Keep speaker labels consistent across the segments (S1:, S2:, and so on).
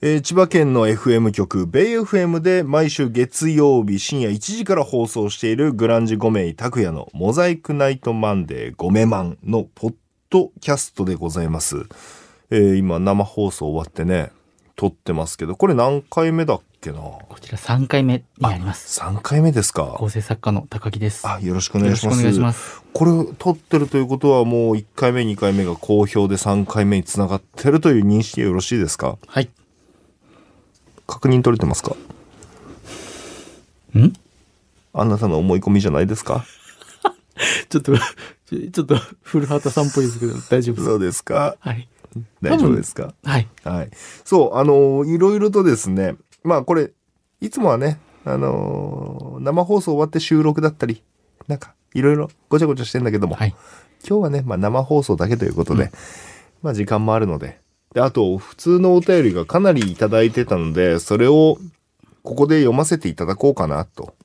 S1: えー千葉県の FM 局、ベイ FM で毎週月曜日深夜1時から放送しているグランジ5名拓也のモザイクナイトマンデー5名マンのポッドキャストでございます。えー今生放送終わってね、撮ってますけど、これ何回目だっけな
S2: こちら3回目になります。
S1: ?3 回目ですか
S2: 構成作家の高木です。
S1: あ、
S2: よ
S1: よろしくお願
S2: ろ
S1: い
S2: し
S1: し
S2: くお
S1: ます。
S2: 願いします。
S1: これを撮ってるということはもう1回目2回目が好評で3回目につながってるという認識でよろしいですか
S2: はい。
S1: 確認取れてますか
S2: ん
S1: あなたの思い込みじゃないですか
S2: ちょっと、 ちょっと、古畑さんっぽいですけど、大丈夫です
S1: そうですか
S2: はい。
S1: 大丈夫ですか
S2: はい。
S1: はい。そう、あのーいろいろとですね、まあこれ、いつもはね、あのー生放送終わって収録だったり、なんか、いろいろごちゃごちゃしてんだけども、
S2: はい。
S1: 今日はね、まあ、生放送だけということで、まあ時間もあるのでであと普通のお便りがかなりいただいてたのでそれをここで読ませていただこうかなと。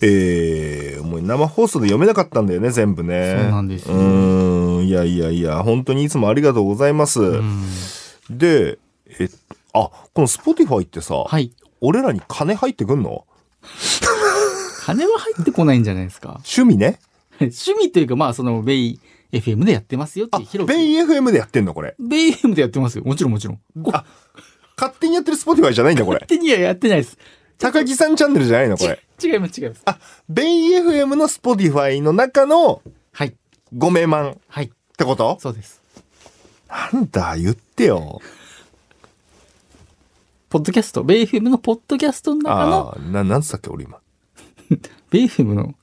S1: えー、もう生放送で読めなかったんだよね全部ね
S2: そうなんですよ
S1: うーんいやいやいや本当にいつもありがとうございます、
S2: うん。
S1: でえっとあこの Spotify ってさ、
S2: はい。
S1: 俺らに金入ってくんの
S2: 金は入ってこないんじゃないですか。
S1: 趣味ね
S2: 趣味というか、まあ、その、ベイ FM でやってますよって
S1: あ
S2: いう広く。
S1: ベイ FM でやってんのこれ
S2: ベイ FM でやってますよ。もちろんもちろん。
S1: あ勝手にやってる Spotify じゃないんだこ れ
S2: 勝手にはやってないです。
S1: 高木さんチャンネルじゃないのこれ。
S2: 違います、違います。
S1: あ、ベイ FM の Spotify の中の
S2: はい。
S1: 5名満っ
S2: はい。
S1: てこと
S2: そうです。
S1: なんだ、言ってよ。
S2: ポッドキャスト、ベイ FM のポッドキャストの中
S1: あ
S2: の、
S1: あ、な、なんつったっけ、俺今。
S2: ベイ FM の、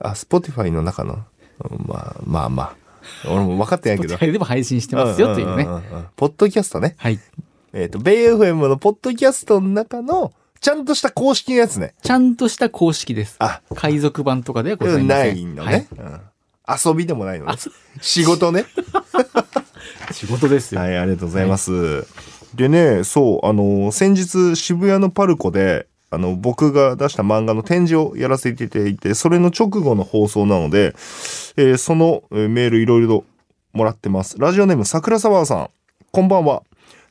S1: あ、Spotify の中の。うんまあまあまあ。俺も分かってない
S2: こ
S1: け
S2: ち
S1: ど
S2: ら。でも配信してますよというね
S1: ん。んんうん。ポッドキャストね。
S2: はい。
S1: えっ、と、ベイ FM のポッドキャストの中の、ちゃんとした公式のやつね。
S2: ちゃんとした公式です。
S1: あ、
S2: 海賊版とかではございま
S1: な
S2: せん。
S1: いの
S2: は
S1: ね、うん。遊びでもないのね
S2: あ。そ
S1: 仕事ね。
S2: 仕事ですよ。
S1: はい、ありがとうございます。でね、そう、あの、先日渋谷のパルコで、あの、僕が出した漫画の展示をやらせていただいて、それの直後の放送なので、えーそのえーメールいろいろもらってます。ラジオネーム桜沢さん、こんばんは。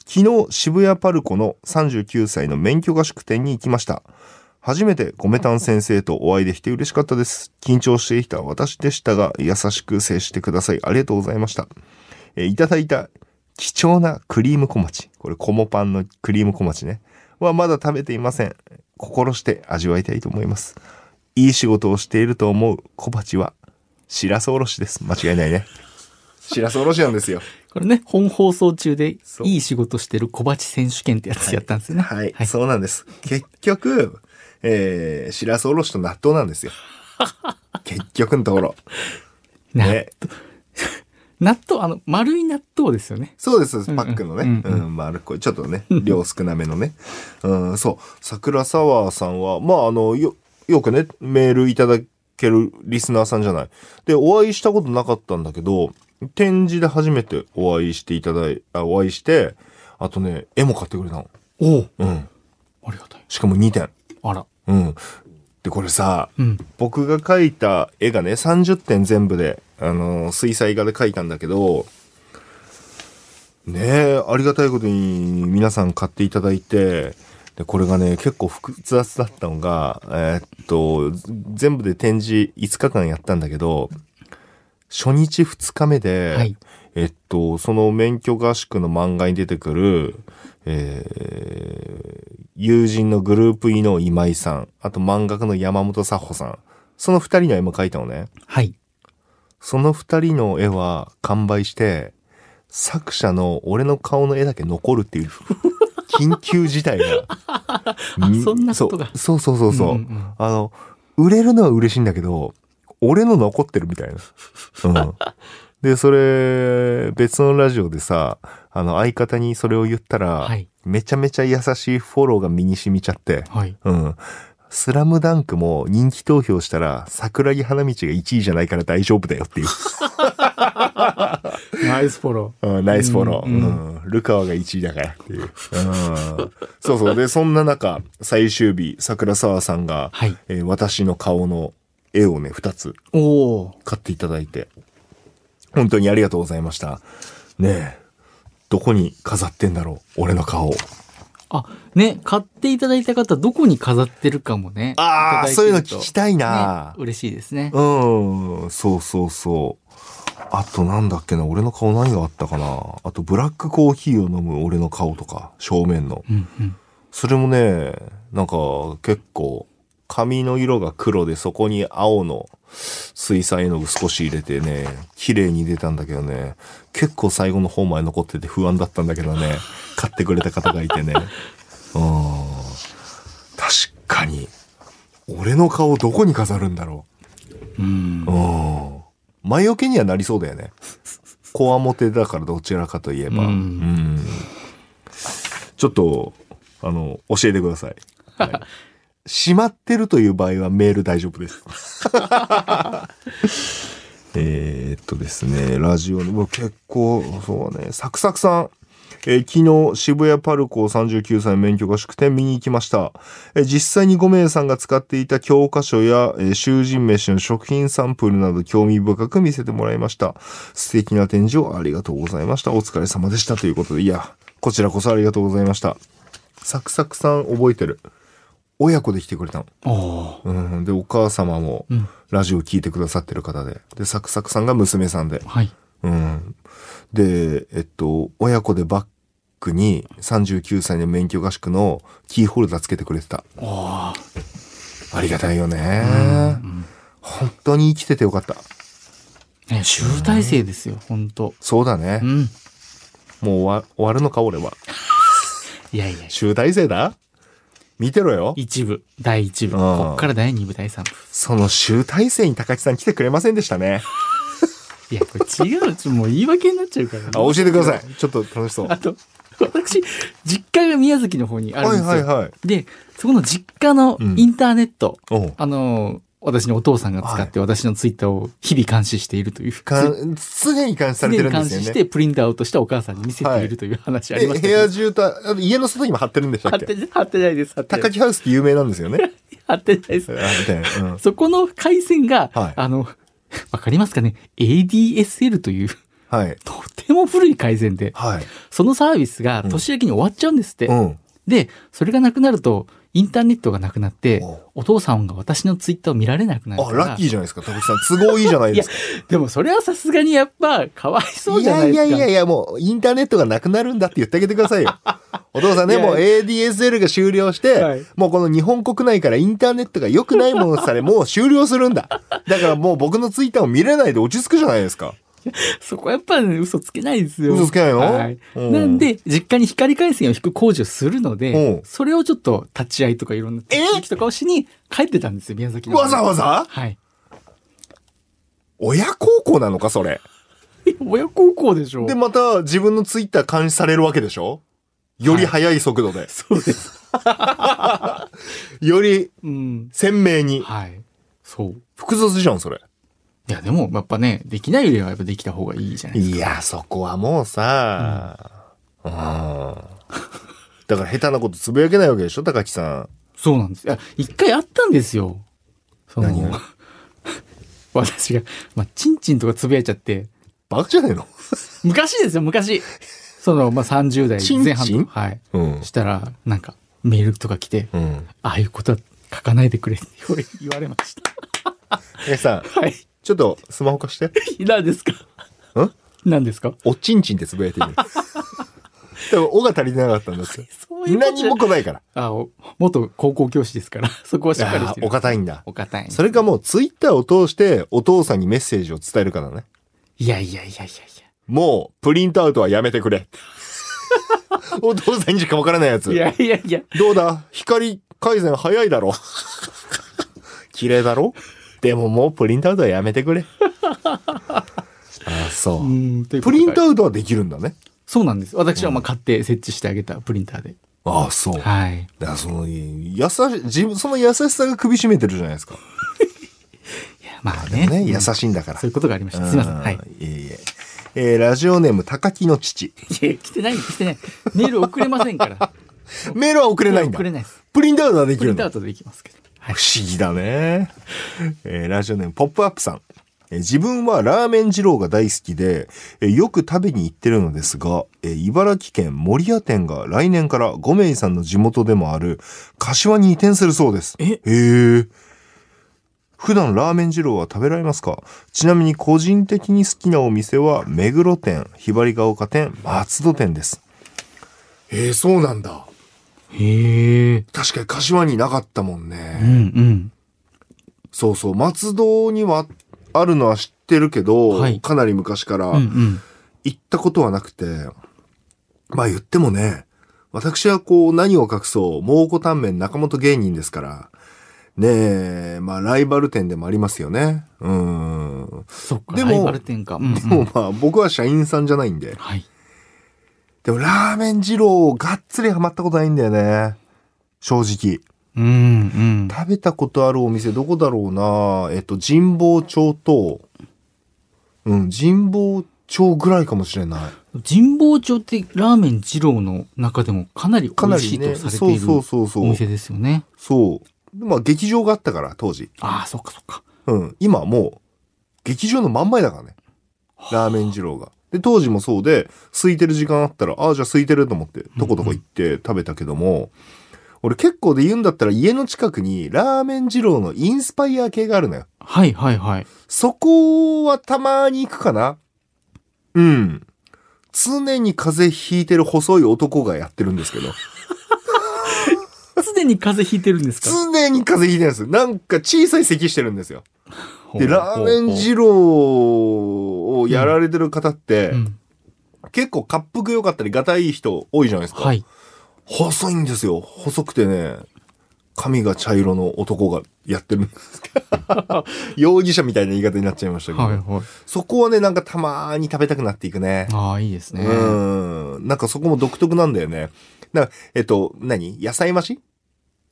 S1: 昨日渋谷パルコの39歳の免許合宿店に行きました。初めてゴメタン先生とお会いできて嬉しかったです。緊張していた私でしたが、優しく接してください。ありがとうございました。えーいただいた貴重なクリーム小町。これ、コモパンのクリーム小町ね。はまだ食べていません。心して味わいたいと思います。いい仕事をしていると思う小鉢は、しらすおろしです。間違いない ね。しらすおろしなんですよ。
S2: これね、本放送中で
S1: そう
S2: いい仕事してる小鉢選手権ってやつやったんですよね。
S1: はい、
S2: はい
S1: そうなんです。結局、えー、しらすおろしと納豆なんですよ。 結局のところ。
S2: な
S1: ね。
S2: 納豆、あの、丸い納豆ですよね。
S1: そうです、
S2: ん
S1: パックのね。
S2: うん
S1: う
S2: うん
S1: ん、丸っこい。ちょっと ね、量少なめのね。うん、そう。桜サワーさんは、まあ、あの、よ、よくね、メールいただけるリスナーさんじゃない。で、お会いしたことなかったんだけど、展示で初めてお会いしていただい、あ、お会いして、あとね、絵も買ってくれたの。
S2: おお
S1: うん。
S2: ありがたい。
S1: しかも2点。
S2: あら。
S1: うん。で、これさ、
S2: うん。
S1: 僕が描いた絵がね30点全部で、あのー水彩画で描いたんだけどねえありがたいことに皆さん買っていただいてでこれがね結構複雑だったのが、えーっと全部で展示5日間やったんだけど初日2日目で、
S2: はい
S1: えっとその免許合宿の漫画に出てくる、えー友人のグループ医の今井さんあと漫画家の山本佐穂さんその2人の絵も描いたのね
S2: はい。
S1: その2人の絵は完売して作者の俺の顔の絵だけ残るっていう 緊急事態 が
S2: そんなことが
S1: そうそうそうそうそう、
S2: うんうんうん
S1: あの売れるのは嬉しいんだけど俺の残ってるみたいな、うん、でそれ別のラジオでさあの相方にそれを言ったら、
S2: はい
S1: めちゃめちゃ優しいフォローが身に染みちゃって、
S2: はい。
S1: うん。スラムダンクも人気投票したら桜木花道が1位じゃないから大丈夫だよってい う。
S2: ナイスフォロ
S1: うん、ナイスフォロー。う
S2: うん
S1: ん。ルカワが1位だからっていう。うん。そうそう。で、そんな中、最終日、桜沢さんが、
S2: はい
S1: えー私の顔の絵をね、2つ
S2: ー。おお。
S1: 買っていただいて、本当にありがとうございました。ねえ。どこに飾ってんだろう俺の顔を
S2: あ、ね、買っていただいた方、どこに飾ってるかもね。
S1: ああ
S2: た
S1: そう
S2: だ
S1: い
S2: て
S1: うの聞
S2: ると
S1: きたいな
S2: ね、、嬉しいですね。
S1: うんそうそうそうあとなんだっけな俺の顔何があったかなあとブラックコーヒーを飲む俺の顔とか正面の
S2: うんうん。
S1: それもねなんか結構髪の色が黒でそこに青の水彩絵の具少し入れてね綺麗に出たんだけどね結構最後の方まで残ってて不安だったんだけどね買ってくれた方がい てねうん確かに俺の顔どこに飾るんだろ
S2: うん
S1: う、うん、前置けにはなりそうだ よねこわもてだからどちらかといえば、
S2: うん
S1: うんちょっとあの教えてください、 はい、しまってるという場合はメール大丈夫ですえーっとですねラジオにも結構そうねサクサクさんえー昨日渋谷パルコ39歳免許合宿店見に行きました、えー実際に5名さんが使っていた教科書や、えー囚人飯の食品サンプルなど興味深く見せてもらいました素敵な展示をありがとうございましたお疲れ様でしたということでいやこちらこそありがとうございましたサクサクさん覚えてる親子で来てくれたの
S2: おお。
S1: うんでお母様も
S2: うん。
S1: ラジオ聞いてくださってる方ででサクサクさんが娘さんで
S2: はい。
S1: うん。で、えっと、親子でバッグに39歳の免許合宿のキーホルダーつけてくれてた。
S2: お
S1: あ
S2: お。
S1: りがたいよね。
S2: うん
S1: 本当に生きててよかった。
S2: ね、集大成ですよ、本当。
S1: そうだね
S2: う。ん。
S1: もう終わ終わるのか、俺は。
S2: いやいや。
S1: 集大成だ見てろよ。
S2: 一部、第一部、
S1: うん
S2: こっから第二部、第三部。
S1: その集大成に高木さん来てくれませんでしたね。
S2: いや、これ違う、ちょもう言い訳になっちゃうから、ね。
S1: あ、教えてください。ちょっと楽しそう。
S2: あと、私、実家が宮崎の方にあるん
S1: は
S2: で
S1: い
S2: すよ。
S1: はいはい。
S2: で、そこの実家の
S1: うん
S2: インターネット、
S1: おう
S2: あの、私のお父さんが使って、私のツイッターを日々監視しているという。
S1: かん常に監視さ
S2: 常
S1: れて
S2: に
S1: るんで
S2: 監
S1: すよ
S2: 視
S1: ね。
S2: して、プリントアウトしたお母さんに見せているという話ありま
S1: え部
S2: したけど。
S1: 屋中と、あ家の外にも貼ってるんでした
S2: 貼
S1: っ
S2: っ
S1: け
S2: て、貼ってないです。貼ってな
S1: 高
S2: い
S1: 木ハウスって有名なんですよ ね。
S2: 貼ってないです
S1: あ。みたいな。うん。
S2: そこの回線が、
S1: はい
S2: あの、わかりますかね ?ADSL という、
S1: はい。
S2: とても古い回線で、
S1: はい。
S2: そのサービスが年明けに終わっちゃうんですって。
S1: うん。
S2: で、それがなくなると、インターネットがなくなって
S1: おう、
S2: お父さんが私のツイッターを見られなくなる
S1: あ、
S2: から。
S1: ラッキーじゃないですか。高木さん、都合いいじゃないですか。
S2: でもそれはさすがにやっぱ、かわいそう
S1: い
S2: じゃな
S1: や
S2: いで
S1: い
S2: す
S1: や
S2: か。
S1: いやいや、もう、インターネットがなくなるんだって言ってあげてくださ いよ。お父さんね、
S2: いや
S1: もう ADSL が終了して、
S2: はい
S1: もうこの日本国内からインターネットが良くないものとされ、もう終了するんだ。だからもう僕のツイッターを見れないで落ち着くじゃないです か。
S2: そこはやっぱ、ね、嘘つけないですよ。
S1: 嘘つけないの
S2: はい。
S1: うん
S2: なんで、実家に光回線を引く工事をするの
S1: うん
S2: で、それをちょっと立ち会いとかいろんな手続きとかをしに帰ってたんですよ、宮崎の。
S1: わざわざ
S2: はい。
S1: 親孝行なのか、それ。
S2: いや親孝行でしょ。
S1: で、また自分のツイッター監視されるわけでしょより速い速度で、
S2: そうです。
S1: より
S2: うん。
S1: 鮮明に。
S2: はい。そう。
S1: 複雑じゃん、それ。
S2: いや、でも、やっぱね、できないよりはやっぱできた方がいいじゃないです
S1: いや、そこはもうさ、うん。だから下手なことつぶやけないわけでしょ、高木さ
S2: か。そうなんです。いや、一回あったんですよ。その
S1: 何が
S2: 私が、まあ、チンチンとかつぶやいちゃって、
S1: ん。バカじゃねえの
S2: 昔ですよ、昔。その、まあ、30代
S1: チンチン
S2: 前半とかはい。
S1: うん
S2: したら、なんか、メールとか来て、
S1: うん。
S2: ああいうことは書かないでくれって言われ言われました。
S1: 高木さん、
S2: はい。
S1: ちょっとスマホ貸して。
S2: 何ですか
S1: ん
S2: 何ですか
S1: おちんちんってつぶやいてみ る。でも、おが足りてなかったんですよ。
S2: そういうこと
S1: 何
S2: じゃ
S1: も来ないから。
S2: あ、お元高校教師ですから、そこはしっかり
S1: あ
S2: し
S1: ー
S2: てる
S1: お。堅いんだ。
S2: お堅い。
S1: それかもうツイッターを通してお父さんにメッセージを伝えるからね。
S2: いやいやいやいやいや。
S1: もうプリントアウトはやめてく れ。お父さんにしかわからないやつ。
S2: いやいやいや、
S1: どうだ光回線早いだろ 綺麗だろでももうプリントアウトはやめてく れ。あそうう。
S2: ん、という
S1: プ
S2: ことで
S1: リントアウトはできるんだね。
S2: そうなんです。私はまあ買って設置してあげたプリンターで。
S1: あそう。だか
S2: はい。
S1: らその、優し、自分、その優しさが首絞めてるじゃないですか。
S2: まあ
S1: で
S2: ね。
S1: もね、
S2: うん
S1: 優しいんだから。
S2: そういうことがありました。すいません。
S1: う
S2: はい。。
S1: いえいえ。えーラジオネーム、高木の父。
S2: いや、来てない、来てない。メール送れませ んから。
S1: メールは送れないんだ
S2: 送。れないです。
S1: プリントアウトはでき
S2: プリ
S1: る
S2: ン
S1: ん
S2: ト
S1: だ
S2: アウ。トできますけど。は
S1: 不
S2: い。
S1: 思議だね。えーラジオネーム、ポップアップさん。ええー自分はラーメン二郎が大好きで、えーよく食べに行ってるのですが、えー茨城県守谷店が来年から五名さんの地元でもある柏に移転するそうです。
S2: え
S1: へえ。普段ラーメン二郎は食べられますかちなみに個人的に好きなお店は目黒店、ひばりが丘店、松戸店です。えー、そうなんだ。
S2: へえ。
S1: 確かに柏になかったもんね。
S2: うんうん。
S1: そうそう、松戸にはあるのは知ってるけど、
S2: はい
S1: かなり昔から
S2: うんうん。
S1: 行ったことはなくて、まあ言ってもね、私はこう何を隠そう、蒙古タンメン中本芸人ですから、ねえ、まあライバル店でもありますよね。うん。
S2: そっか、
S1: でも
S2: ライバル店か。うん、うん。
S1: でも まあ僕は社員さんじゃないんで。
S2: はい。
S1: でもラーメン二郎がっつりハマったことないんだよね。正直。
S2: うんうん。
S1: 食べたことあるお店どこだろうなえっと神保町とうん神保町ぐらいかもしれない
S2: 神保町ってラーメン二郎の中でもかなり
S1: か
S2: 美
S1: な
S2: 味し
S1: り
S2: いと
S1: ね
S2: され
S1: そ
S2: て
S1: う
S2: いる
S1: そうそう
S2: お
S1: そう
S2: 店ですよね。
S1: そうまあ劇場があったから当時
S2: ああ、そっかそっか。
S1: うん今もう劇場の真ん前だからねラーメン二郎がで当時もそうで空いてる時間あったらああじゃあ空いてると思ってとことこ行って食べたけども、俺結構で言うんだったら家の近くにラーメン二郎のインスパイア系があるのよ
S2: はいは いはい。
S1: そこはたまに行くかなうん。常に風邪ひいてる細い男がやってるんですけど。
S2: 常に風邪ひいてるんですか
S1: 常に風邪ひいてるんです。なんか小さい咳してるんですよ。で、ラーメン
S2: 郎
S1: 二郎をやられてる方って、
S2: うん。
S1: 結構滑腹良かったり、がたいい人多いじゃないですか。
S2: はい。
S1: 細いんですよ。細くてね、髪が茶色の男がやってるんですけ ど 容疑者みたいな言い方になっちゃいましたけど。
S2: はいはい。
S1: そこはね、なんかたまーに食べたくなっていくね。
S2: ああ、いいですね。
S1: うん。なんかそこも独特なんだよね。なんかえっと、何野菜増し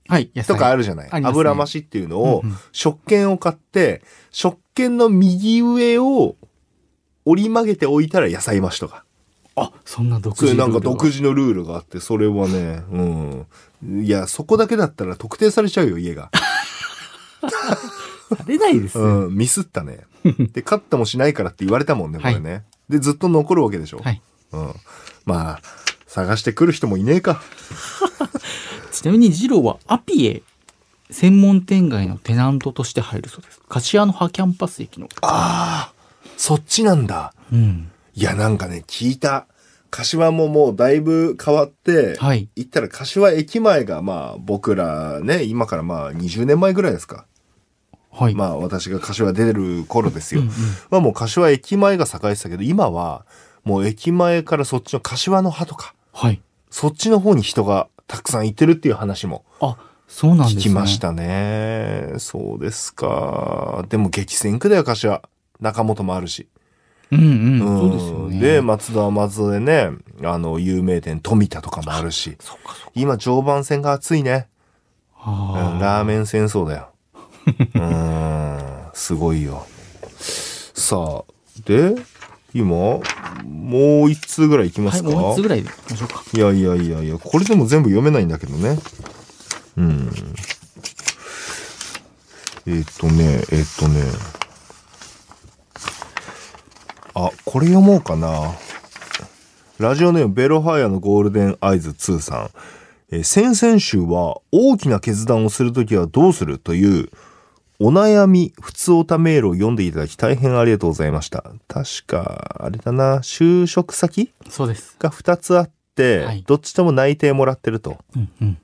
S2: はい、野菜
S1: とかあるじゃない、
S2: ありますね
S1: 油増しっていうのを、
S2: うんうん
S1: 食券を買って、食券の右上を折り曲げておいたら野菜増しとか。
S2: あ、そんな独
S1: そうい
S2: 自
S1: うなんか独
S2: 自。
S1: 自のルールがあって、それはね、うん。いや、そこだけだったら特定されちゃうよ、 家が。
S2: されないですね。は
S1: うん、ミスったね。で、勝ったもしないからって言われたもんね、これね。で、ずっと残るわけでしょ。
S2: い。
S1: うん。まあ、探してくる人もいねえか。
S2: ちなみに二郎はアピエ専門店街のテナントとして入るそうです。柏の葉キャンパス駅の。
S1: ああ、そっちなんだ。
S2: うん。
S1: いや、なんかね、聞いた。柏ももうだいぶ変わって、
S2: はい。
S1: 行ったら柏駅前がまあ僕らね、今からまあ20年前ぐらいですか。
S2: はい。
S1: まあ私が柏出る頃ですよ。
S2: うんうん
S1: まあもう柏駅前が栄えてたけど、今はもう駅前からそっちの柏の葉とか、
S2: はい。
S1: そっちの方に人がたくさん行ってるっていう話も
S2: あ、そうなんです
S1: 聞
S2: ね。
S1: きまし。たね。そうですか。でも激戦区だよ、柏。中本もあるし。
S2: うんう
S1: う
S2: ん。そ
S1: ん
S2: うですよね。
S1: で、松田は松田でね、あの、有名店、富田とかもあるし。
S2: そっかそっか。
S1: 今、常磐線が熱いね。うん
S2: あー
S1: ラーメン戦争だ よ。うーん、すごいよ。さあ、で、今、もう一通ぐらい行きま
S2: はい、
S1: すか、
S2: もう一つぐらいで行きましょうか。
S1: いやいやいやいや、これでも全部読めないんだけどね。うん。えっ、とね、えっ、とね。あ、これ読もうかな。ラジオネームベロハイヤのゴールデンアイズ2さん。えー先々週は大きな決断をするときはどうするというお悩み、普通おたメールを読んでいただき大変ありがとうございました。確か、あれだな、就職先
S2: そうです。
S1: が2つあって、
S2: はい
S1: どっちとも内定もらってると。
S2: うんうん。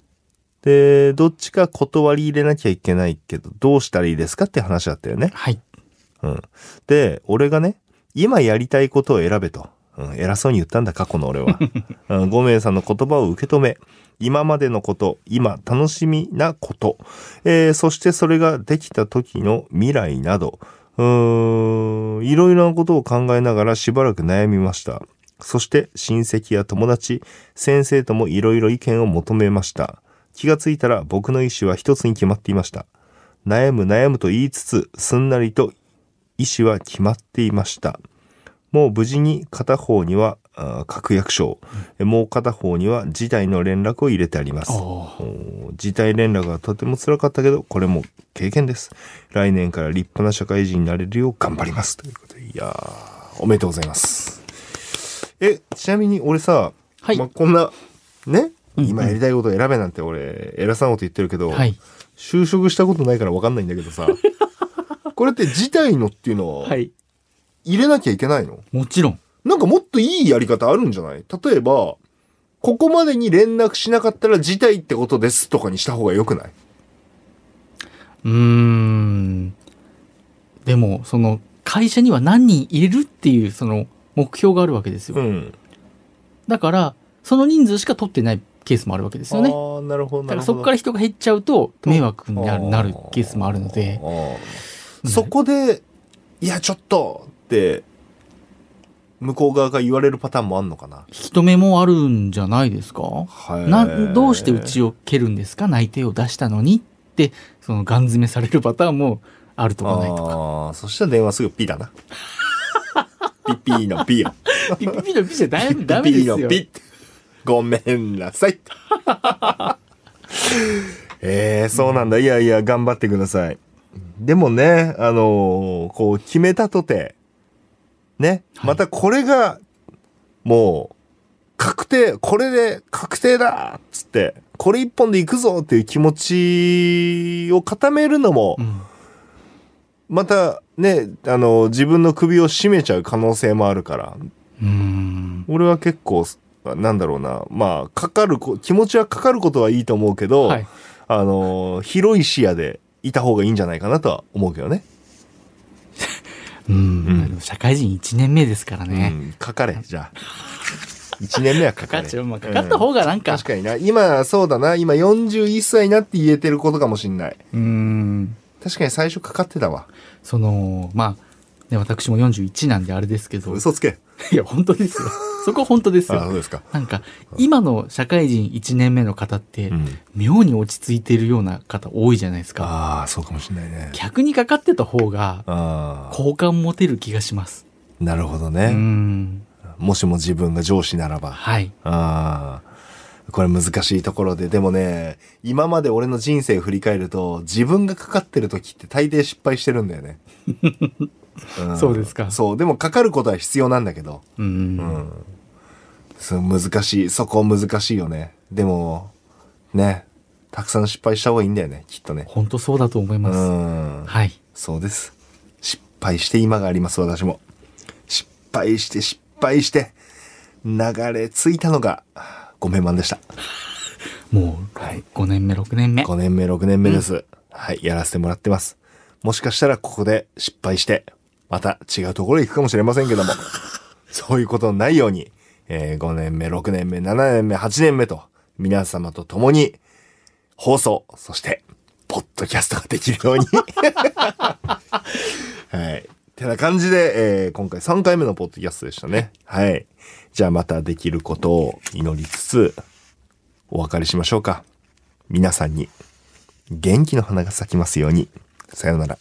S1: で、どっちか断り入れなきゃいけないけど、どうしたらいいですかって話だったよね。
S2: はい。
S1: うん。で、俺がね、今やりたいことを選べと。うん、偉そうに言ったんだ、過去の俺は。うん、5名さんの言葉を受け止め、今までのこと、今楽しみなこと、えーそしてそれができた時の未来など、うーん、いろいろなことを考えながらしばらく悩みました。そして親戚や友達、先生ともいろいろ意見を求めました。気がついたら僕の意思は一つに決まっていました。悩む悩むと言いつつ、すんなりと意思は決まっていました。もう無事に片方にはあー確約書を、えもう片方には事態の連絡を入れてあります。
S2: あ
S1: お事態連絡がとても辛かったけど、これも経験です。来年から立派な社会人になれるよう頑張ります。ということで、いやー、おめでとうございます。え、ちなみに俺さ、
S2: はい
S1: まあ、こんな、ね、
S2: うんうん
S1: 今やりたいことを選べなんて俺、偉そうなこと言ってるけど、
S2: あ。はい。
S1: 就職したことないから分かんないんだけど さ、これって事態のっていうのは
S2: は、い。
S1: 入れなきゃいけないの、
S2: もちろん。
S1: なんかもっといいやり方あるんじゃない例えば、ここまでに連絡しなかったら事態ってことですとかにした方が良くないう
S2: ーん。でも、その、会社には何人入れるっていう、その、目標があるわけですよ。
S1: ん。
S2: だから、その人数しか取ってないケースもあるわけですよね。
S1: ああ、なるほど、
S2: だ
S1: なる
S2: から
S1: ほど。
S2: そこから人が減っちゃうと迷惑になる
S1: あー
S2: なるケースもあるので
S1: あ、ーそこで、いや、ちょっとって、向こう側が言われるパターンもあんのかな。
S2: 引き止めもあるんじゃないですか
S1: はい
S2: などうしてうちを蹴るんですか内定を出したのにってそのガン詰めされるパターンもあるとかない とか
S1: ああ、そしたら電話すぐピ だな。ピッピーのピーよ。
S2: ピッピッピッのピッじゃダメダメ
S1: ピ
S2: です
S1: ーの
S2: よ
S1: ピって。ごめんなさい。 えー、そうなんだ。いやいや、頑張ってください。でもね、あのーこう、決めたとて、ね、
S2: はい
S1: またこれが、もう、確定、これで確定だっつって、これ一本で行くぞっていう気持ちを固めるのも、
S2: うん
S1: またね、あのー自分の首を絞めちゃう可能性もあるから、
S2: うーん
S1: 俺は結構なんだろうなまあかかるこ気持ちはかかることはいいと思うけど、
S2: はい
S1: あの広い視野でいた方がいいんじゃないかなとは思うけどね、
S2: うん
S1: うん
S2: でも社会人1年目ですから
S1: う
S2: ね、
S1: ん、かかれじゃあ1年目はか
S2: か
S1: か
S2: か
S1: れ
S2: っちゃう、まあ、かかった方がなんか
S1: 確かにな今そうだな今41歳になって言えてることかもしんないう
S2: ーん
S1: 確かに最初かかってたわ
S2: そのまあね、私も41なんであれですけど、
S1: 嘘つけ
S2: いや、本当です よ。そこ本当です
S1: あ
S2: よ
S1: そう。ですか、
S2: なんか、今の社会人1年目の方って、妙に落ち着いてるような方多いじゃないですか。
S1: ああそうかもしんないね
S2: 逆にかかってた方が、
S1: ああ
S2: 好感持てる気がします。
S1: なるほど
S2: う
S1: ね、
S2: ん。
S1: もしも自分が上司ならば
S2: はい。
S1: ああ、これ難しいところで、でもね、今まで俺の人生振り返ると、自分がかかってる時って大抵失敗してるんだよね。ん
S2: そうですか
S1: そう、でもかかることは必要なんだけど、
S2: う
S1: うん
S2: ん。。
S1: そう難しい、そこ難しいよね。でも、ね、たくさん失敗した方がいいんだよね、きっとね。
S2: 本当そうだと思いうます。
S1: ん。
S2: はい。
S1: そうです。失敗して今があります、私も。失敗して、失敗して、流れ着いたのが、ごめんまんでした。
S2: もう、
S1: はい
S2: 5年目、6年目。
S1: 5年目、6年目です。はい、やらせてもらってます。もしかしたらここで失敗して、また違うところへ行くかもしれませんけど も、そういうことのないように、え5年目、6年目、7年目、8年目と、皆様と共に、放送、そして、ポッドキャストができるように。 はい。てな感じで、えー今回3回目のポッドキャストでしたね。はい。じゃあまたできることを祈りつつ、お別れしましょうか。皆さんに元気の花が咲きますように。さようなら。